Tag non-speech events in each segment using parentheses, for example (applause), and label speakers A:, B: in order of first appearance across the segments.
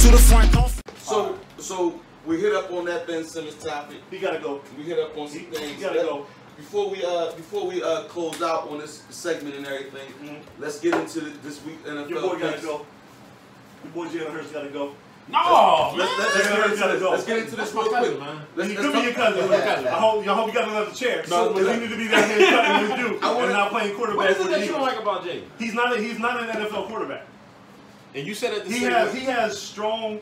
A: through the front door.
B: So,
C: Uh,
B: so we hit up on that Ben Simmons topic.
C: He gotta go.
B: We hit up on some
C: He- he
B: things.
C: gotta
B: Let-
C: go.
B: Before we uh before we uh close out on this segment and everything,
C: Mhm.
B: let's get into the, this week NFL.
C: Your boy gotta
B: picks.
C: go. Your boy Jalen Hurts gotta go.
D: No,
B: Let's, let's, let's,
C: Jalen
B: get
C: Hurts
B: into
C: gotta
B: this.
C: go.
B: let's get into this
D: That's
B: real
D: my
B: quick.
D: cousin, man.
B: Let's,
C: he
B: let's
C: could be
B: talk-
C: your cousin.
B: Yeah.
C: I hope y'all hope you got another chair.
B: No,
C: Because he need to be down here cutting his due
B: I wanna-
C: and not playing
D: What
C: quarterback
D: is
C: for
D: it
C: the
D: that you don't
C: Eagles.
D: like about Jay?
C: He's not a, he's not an NFL quarterback.
D: And you said at the
C: He
D: same
C: has he has strong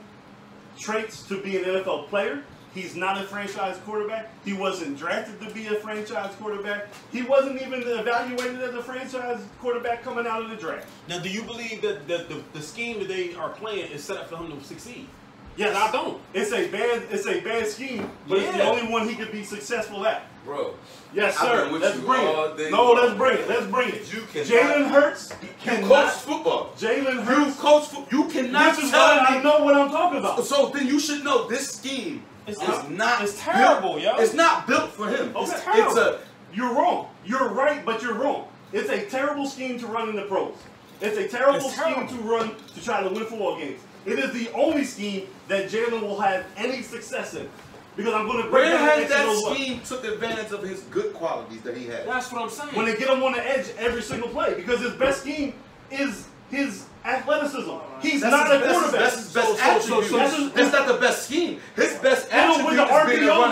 C: traits to be an NFL player. He's not a franchise quarterback. He wasn't drafted to be a franchise quarterback. He wasn't even evaluated as a franchise quarterback coming out of the draft.
D: Now, do you believe that the, the, the scheme that they are playing is set up for him to succeed?
C: Yes,
D: And I don't.
C: It's a bad it's a bad scheme, but it's the
D: Yeah.
C: only one he could be successful at.
B: bro.
C: Yes,
B: I've
C: sir.
B: been with
C: Let's
B: you
C: bring
B: all day
C: it. No,
B: long.
C: let's bring it. Let's bring it.
B: You cannot-
C: Jalen Hurts
B: You
C: cannot.
B: coach football.
C: Jalen
B: You
C: Hurts.
B: coach football. You cannot
C: Which is
B: tell
C: why
B: me.
C: I know what I'm talking about.
B: So then you should know this scheme
D: It's
B: is
D: not-
B: not.
D: it's terrible,
B: built,
D: yo.
B: It's not built for him.
C: Okay.
B: It's,
D: terrible.
B: it's a
C: You're wrong. You're right, but you're wrong. It's a terrible scheme to run in the pros. It's a terrible
D: It's
C: scheme
D: terrible.
C: to run to try to win football games. It is the only scheme that Jalen will have any success in. Because I'm going to break
B: where
C: down
B: has
C: each
B: that
C: of those ones.
B: scheme took advantage of his good qualities that he had?
D: That's what I'm saying.
C: When they get him on the edge every single play, because his best scheme is his athleticism. He's
B: That's
C: not
B: his
C: a
B: best-
C: quarterback.
B: That's his best
D: So- so- so-
B: attribute.
D: so-
B: that's,
C: so-
B: that's not the best scheme. His best
C: You know,
B: attribute
C: with the
B: is being a running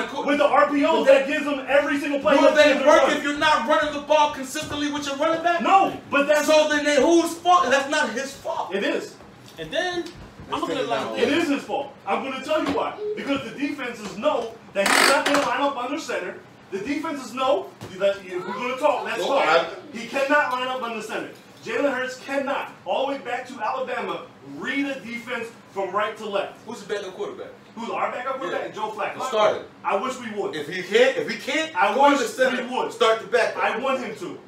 C: RPOs,
B: quarterback.
C: with the RPOs, that gives him every single play.
B: Will
C: that
B: they
C: he's gonna
B: work
C: run.
B: if you're not running the ball consistently with your running back?
C: No, but that's
B: So then, they, whose fault? That's not his fault.
C: it is.
D: and then, I'm looking at it
B: taking
D: like
C: It
D: this.
C: is his fault. I'm going to tell you why. Because the defenses know that he's not going to line up under center. The defenses know that if we're going to talk, let's
B: No,
C: talk.
B: I-
C: He cannot line up under center. Jalen Hurts cannot, all the way back to Alabama, read a defense from right to left.
B: Who's the backup quarterback?
C: Who's our backup quarterback?
B: Yeah.
C: Joe Flacco.
B: The starter.
C: I wish we would.
B: If he can't, if he can't,
C: I
B: go
C: wish
B: to center,
C: we would.
B: start the backup.
C: I want him to.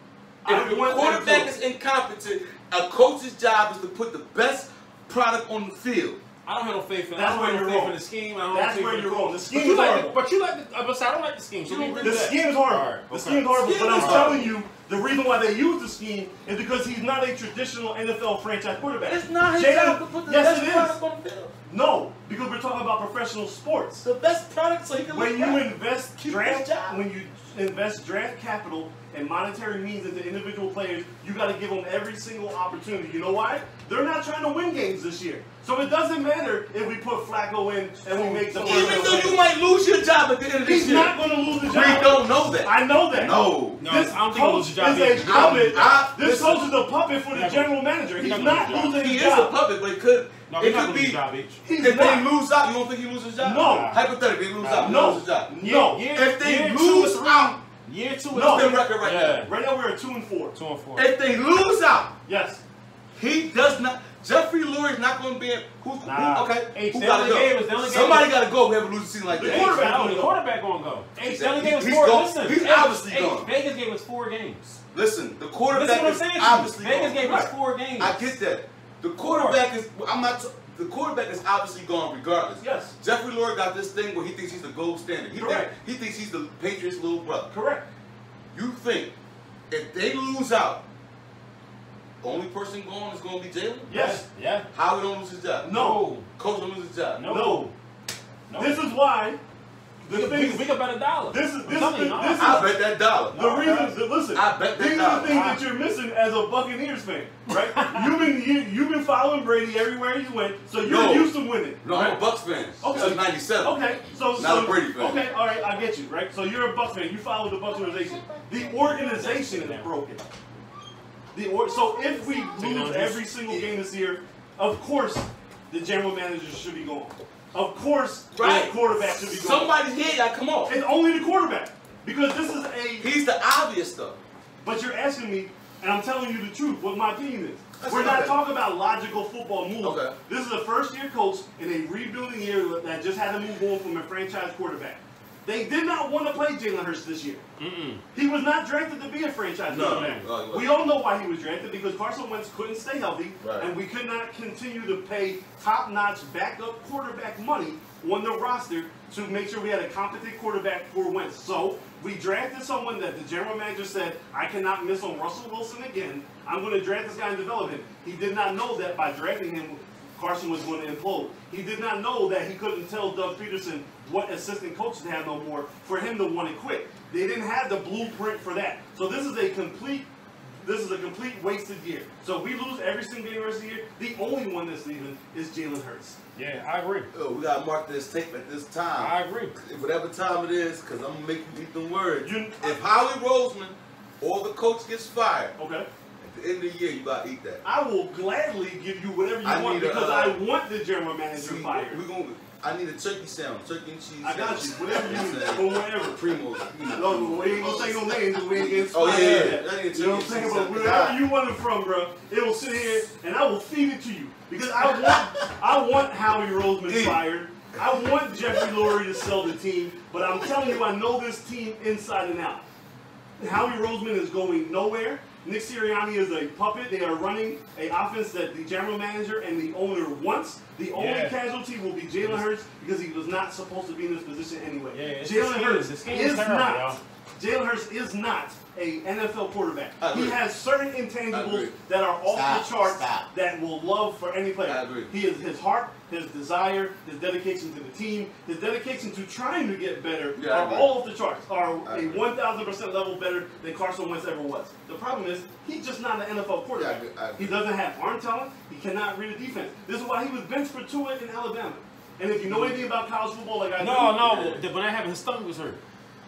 B: If
C: I
B: the
C: want
B: quarterback
C: him
B: is
C: to.
B: incompetent, a coach's job is to put the best product on the field.
D: I don't have no faith in.
C: That's
D: I don't
C: where
D: have no
C: you're
D: faith
C: wrong.
D: in the scheme. I don't have
C: That's
D: faith
C: where
D: in the
C: you're
D: coach.
C: wrong. The
D: But
C: scheme
D: you
C: is
D: like, the,
C: horrible.
D: but you like, the, uh, but see, I don't like the scheme. So
B: You
D: we
B: don't
D: agree
C: The
D: with that.
C: scheme is horrible.
D: All right,
C: The
D: okay.
C: scheme is horrible,
B: Scheme
C: but I'm
B: is
C: telling you, the reason why they use the scheme is because he's not a traditional NFL franchise quarterback.
B: It's not his
C: Jalen-
B: job to put the
C: yes,
B: best
C: it is.
B: product on the field.
C: No, because we're talking about professional sports.
B: The best product so he can
C: When
B: look
C: you
B: back.
C: invest
B: Keep
C: draft,
B: his job.
C: when you invest draft capital and monetary means into individual players, you got to give them every single opportunity. You know why? They're not trying to win games this year, so it doesn't matter if we put Flacco in and we make the.
B: Even though you might lose your job at the end of this
C: he's
B: year,
C: not going to lose the
B: we
C: job.
B: don't know that.
C: I know that.
B: no.
D: No,
C: this
D: I don't think
C: coach
D: he loses his job.
C: is a
D: He's-
C: puppet.
B: I-
C: this
B: listen.
C: coach is a puppet for the
D: Yeah,
C: general manager. He's
D: not
C: not
D: gonna lose his
C: losing
B: He
C: his
B: is a
C: job.
B: puppet, but it could
D: No, he's
B: it
D: not
B: could
D: gonna lose
B: be.
D: job, bitch.
C: He's
B: if they
C: not.
B: lose out, you don't think he loses his job?
C: No.
B: Hypothetically, if he lose out, he
C: No,
B: loses his job.
C: no.
D: Yeah,
B: If they
D: year two
B: lose
D: is-
B: out,
D: year two,
C: No.
D: is
B: what's their record right
D: Yeah.
C: Right now we're at two and four.
D: two and four.
B: now? If they lose out,
C: Yes.
B: He does not. Jeffrey Lurie is not going to be in. Who, who-
D: Nah.
B: okay,
D: Hey,
B: who
D: the
B: got to
D: only
B: go?
D: game is- the only game
B: Somebody
D: is-
B: got to go. We have a losing season like
C: The
D: The
B: that.
C: quarterback
D: quarterback,
C: gonna
D: the
C: go.
D: quarterback gonna go. Hey,
B: He's
D: they only gave us
B: he's
D: four.
B: gone.
D: Listen,
B: He's
D: hey,
B: obviously
D: hey,
B: gone.
D: Vegas gave us four games.
B: Listen, the
D: Listen
B: quarterback
D: what I'm
B: is
D: saying.
B: obviously
D: Vegas
B: gone.
D: gave us four games.
B: I get that. The quarterback is. I'm not. T- the quarterback is obviously gone regardless.
C: Yes.
B: Jeffrey Lurie got this thing where he thinks he's the gold standard. He, think,
C: Correct.
B: he thinks he's the Patriots' little brother.
C: Correct.
B: You think if they lose out, the only person going is going to be Jalen?
C: Yes.
D: Yeah.
B: How he don't lose his job?
C: No.
B: Coach don't lose his job.
D: No.
C: No.
D: No.
C: This is why.
D: we,
C: The
D: we,
C: thing.
D: we could bet a dollar.
C: This is-
D: I'm
C: this
D: telling
C: is-
D: you, no.
C: this is-
B: I bet that dollar.
C: The reasons that listen,
B: I bet they
C: these are
B: not.
C: the things that you're missing as a Buccaneers fan,
B: (laughs)
C: right? you've been you, you've been following Brady everywhere he went, so you're
B: No.
C: used to winning.
B: No,
C: right?
B: I'm a Bucks fan.
C: Okay.
B: Since '97.
C: Okay, so
B: Not
C: so,
B: a Brady fan.
C: Okay, all right, I get you, right? So you're a Bucks fan. You follow the Bucks organization. The organization is broken. The or, so if we lose every single game this year, of course the general manager should be gone. Of course
B: Right.
C: the quarterback should be gone.
B: Somebody's head got to come off.
C: It's only the quarterback because this is a.
B: He's the obvious though.
C: But you're asking me, and I'm telling you the truth. What my opinion is.
B: That's
C: We're not
B: okay.
C: talking about logical football moves.
B: Okay.
C: This is a first-year coach in a rebuilding year that just had to move on from a franchise quarterback. They did not want to play Jalen Hurts this year. He was not drafted to be a franchise
B: No.
C: quarterback.
B: No, he wasn't.
C: we all know why he was drafted because Carson Wentz couldn't stay healthy,
B: Right.
C: and we could not continue to pay top-notch backup quarterback money on the roster to make sure we had a competent quarterback for Wentz. So we drafted someone that the general manager said, "I cannot miss on Russell Wilson again. I'm going to draft this guy and develop him." He did not know that by drafting him Carson was going to implode. He did not know that he couldn't tell Doug Peterson what assistant coaches to have no more for him to want to quit. They didn't have the blueprint for that. So this is a complete this is a complete wasted year. So if we lose every single game the rest of the year, the only one that's leaving is Jalen Hurts.
A: Yeah, I agree.
B: Yo, we gotta mark this tape at this
A: I
B: time.
A: agree.
B: Whatever time it is, because I'm gonna make you eat them words.
C: You-
B: if Howie Roseman or the coach gets fired,
C: Okay.
B: at the end of the year, you about to eat that.
C: I will gladly give you whatever you
B: I
C: want
B: need a,
C: because
B: uh,
C: I want the general manager
B: See,
C: fired.
B: We gonna, I need a turkey sandwich, turkey and cheese.
C: I got you.
B: sandwich.
C: Whatever you need, but whatever.
B: Primo. You know,
C: No, we ain't gonna say no names 'cause we ain't getting
B: Oh,
C: fired.
B: yeah, yeah, yeah.
C: You know what I'm saying? But wherever you want it from, bro, it will sit here and I will feed it to you because I want I want Howie Roseman
B: Eat.
C: fired. I want Jeffrey Lurie to sell the team, but I'm telling you, I know this team inside and out. Howie Roseman is going nowhere. Nick Sirianni is a puppet. They are running a offense that the general manager and the owner wants. The only
A: Yeah.
C: casualty will be Jalen Hurts because he was not supposed to be in this position anyway.
A: Yeah, it's the
C: Jalen
A: scheme.
C: Hurts
A: The
C: is,
A: scheme is terrible,
C: not.
A: y'all.
C: Jalen Hurts is not a NFL quarterback.
B: I agree.
C: He has certain
B: I agree.
C: intangibles that are off the
E: Stop,
C: charts
E: stop.
C: that will love for any player.
B: I agree.
C: He is his heart, his desire, his dedication to the team, his dedication to trying to get better
B: Yeah, I
C: are
B: agree.
C: all off the charts. Are
B: I
C: a
B: agree.
C: one thousand percent level better than Carson Wentz ever was. The problem is he's just not an NFL quarterback.
B: Yeah, I agree, I agree.
C: he doesn't have arm talent. He cannot read a defense. This is why he was benched for Tua in Alabama. And if you
B: Mm-hmm.
C: know anything about college football, like I
D: No,
C: do,
D: no, but when that happened, his stomach was hurt.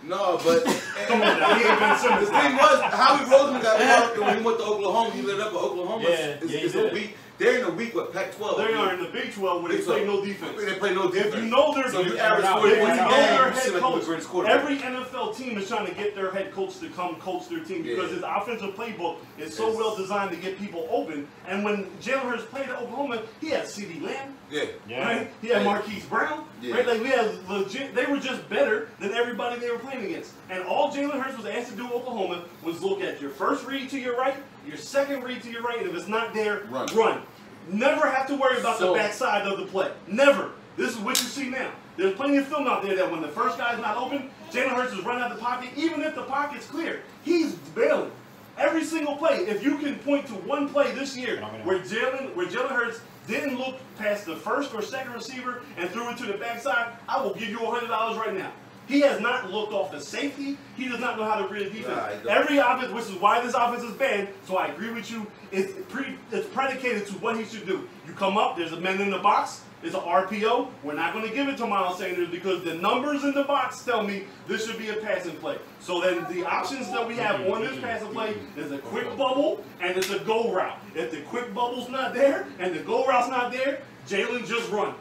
B: No,
C: (laughs)
B: but
C: Come on now, he ain't been
B: the
C: serious.
B: thing was, Howie Roseman got fired when he went to Oklahoma. He lit up at Oklahoma.
D: Yeah,
B: it's,
D: yeah, he
B: it's a
D: did.
B: week. They're in a week with Pac-12.
C: They are in the Big 12 where they
B: Big 12.
C: play no defense.
B: They play no defense.
C: If you know their
B: so you
C: defense,
B: average
A: Yeah,
B: forty
C: if you
B: points a
C: know
A: yeah,
B: game,
C: their
B: you seem
C: head
B: like the
C: coach,
B: greatest quarterback.
C: every NFL team is trying to get their head coach to come coach their team because
B: Yeah.
C: his offensive playbook is so
B: Yes.
C: well designed to get people open. And when Jalen Hurts played at Oklahoma, he had CeeDee Lamb.
B: yeah.
A: Yeah.
C: Right? He had
B: Yeah.
C: Marquise Brown.
B: Yeah.
C: Right? Like we had legit they were just better than everybody they were playing against. And all Jalen Hurts was asked to do at Oklahoma was look at your first read to your right, your second read to your right, and if it's not there,
B: Run.
C: Never have to worry about
B: So-
C: the backside of the play. Never. This is what you see now. There's plenty of film out there that when the first guy's not open, Jalen Hurts is running out the pocket, even if the pocket's clear. He's bailing. Every single play. If you can point to one play this year where Jalen where Jalen Hurts didn't look past the first or second receiver and threw it to the backside, I will give you hundred dollars right now. He has not looked off the safety. He does not know how to read a defense.
B: Nah, he don't.
C: Every offense, which is why this offense is bad, so I agree with you, it's, pre, it's predicated to what he should do. You come up, there's a man in the box, it's an RPO. We're not going to give it to Miles Sanders because the numbers in the box tell me this should be a passing play. So then the options that we have on this passing play is a quick bubble and it's a go route. If the quick bubble's not there and the go route's not there, Jalen just run.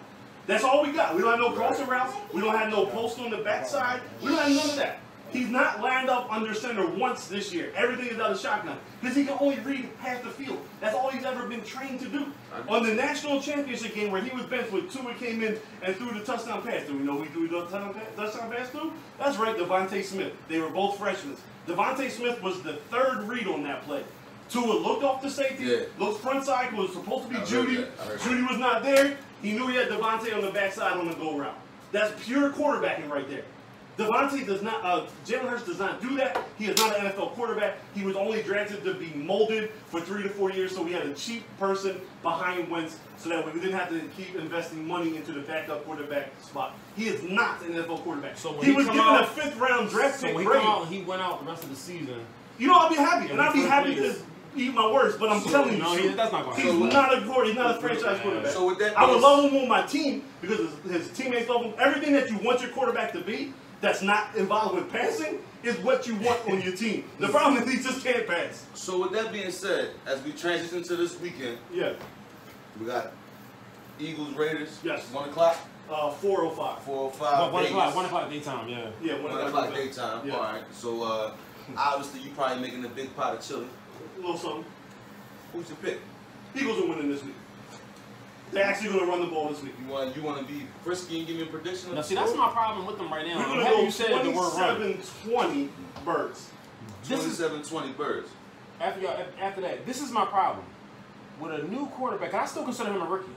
C: That's all we got. We don't have no crossing routes. We don't have no post on the backside. We don't have none of that. He's not lined up under center once this year. Everything is out of shotgun because he can only read half the field. That's all he's ever been trained to do. On the national championship game where he was benched, when Tua came in and threw the touchdown pass, do we know we threw the touchdown pass, touchdown pass to? That's right, Devontae Smith. They were both freshmen. Devontae Smith was the third read on that play. Tua looked off the safety,
B: Yeah.
C: looked front side, was supposed to be
B: I heard
C: Judy.
B: that. I heard that.
C: Judy was not there. He knew he had Devontae on the backside on the go route. That's pure quarterbacking right there. Devontae does not, uh, Jalen Hurts does not do that. He is not an NFL quarterback. He was only drafted to be molded for three to four years, so we had a cheap person behind Wentz so that we didn't have to keep investing money into the backup quarterback spot. He is not an NFL quarterback.
D: So when
C: he,
D: he
C: was
D: come
C: given
D: out-
C: a fifth round draft
D: So
C: pick
D: when he
C: grade.
D: come out, he went out the rest of the season.
C: You know, I'll be happy, and I'll be
D: Please.
C: happy to eat my words, but I'm telling you,
D: no, he- that's not gonna
C: he's
B: happen.
C: not a quarter, he's not a franchise quarterback.
B: So with that
C: I would
B: being-
C: love him on my team because his, his teammates love him. Everything that you want your quarterback to be, that's not involved with passing, is what you want on your team. The problem is he just can't pass.
B: So with that being said, as we transition to this weekend,
C: Yeah,
B: we got Eagles Raiders.
C: Yes.
B: One o'clock,
C: uh, 405.
B: four or
D: One
C: Uh,
B: five.
D: one o'clock,
B: Vegas.
D: one o'clock daytime, yeah.
C: Yeah,
B: One
C: one
B: o'clock daytime.
C: Yeah.
B: All right. So uh, obviously you probably making a big pot of chili.
C: A little something.
B: Who's your pick?
C: Eagles are winning this week. They're actually going to run the ball this week.
B: You want you want to be frisky and give me a prediction?
D: Now see, that's my problem with them right now.
C: We're
D: I'm
C: going to
D: happy
C: go
D: you said the word run.
C: 27-20 birds.
D: This is
B: 27-20 birds.
D: after y'all, after that, this is my problem. With a new quarterback, and I still consider him a rookie.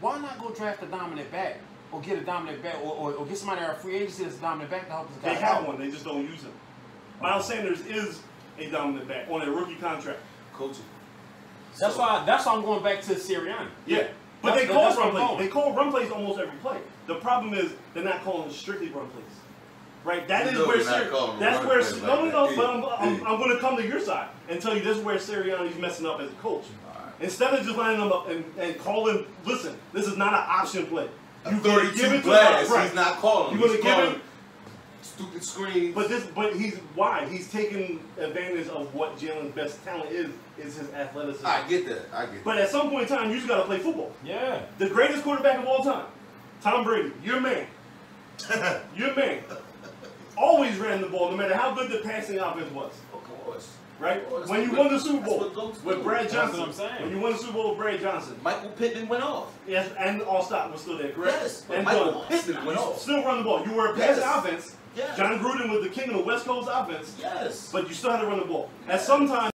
D: Why not go draft a dominant back or get a dominant back or, or, or get somebody out of free agency that's a dominant back to help us
C: They
D: guys
C: have
D: out?
C: one, they just don't use him. Miles Sanders is a dominant back on a rookie contract.
B: Coaching.
D: That's why that's why I'm going back to Sirianni.
C: Yeah. But they
D: That's- that-
C: call
D: that's where
C: run
D: I'm
C: plays.
D: going.
C: They call run plays almost every play. The problem is they're not calling strictly run plays. Right? That
B: You
C: is
B: know
C: where
B: they're not
C: Sir,
B: calling
C: that's
B: run
C: where
B: plays
C: no
B: like
C: no no,
B: that.
C: but I'm, I'm,
B: Yeah.
C: I'm gonna come to your side and tell you this is where Sirianni's messing up as a coach. Instead of just lining them up and, and calling listen, this is not an option play.
B: A
C: You're gonna give
B: 32
C: it to
B: glass,
C: him, right.
B: he's not calling.
C: You're gonna
B: He's
C: give
B: calling
C: him-
B: stupid screens.
C: But this, but he's why he's taking advantage of what Jalen's best talent is is his athleticism.
B: I get that. I get that.
C: But at some point in time, you just gotta play football.
D: Yeah.
C: The greatest quarterback of all time, Tom Brady, your man, your man, always ran the ball no matter how good the passing offense was.
B: Of course.
C: Right?
B: Well, that's
C: when you
B: what-
C: won the Super
B: that's
C: Bowl
B: what goats
C: with
B: do.
C: Brad
D: That's
C: Johnson,
D: what I'm saying.
C: when you won the Super Bowl with Brad Johnson,
B: Michael Pittman went off.
C: yes, and all stop was still there, correct?
B: Yes, but
C: and
B: Michael
C: Doug,
B: Pittman went
C: you
B: off.
C: Still run the ball. You were a
B: Yes.
C: passing offense.
B: Yes.
C: John Gruden was the king of the West Coast offense.
B: Yes.
C: But you still had to run the ball. And sometimes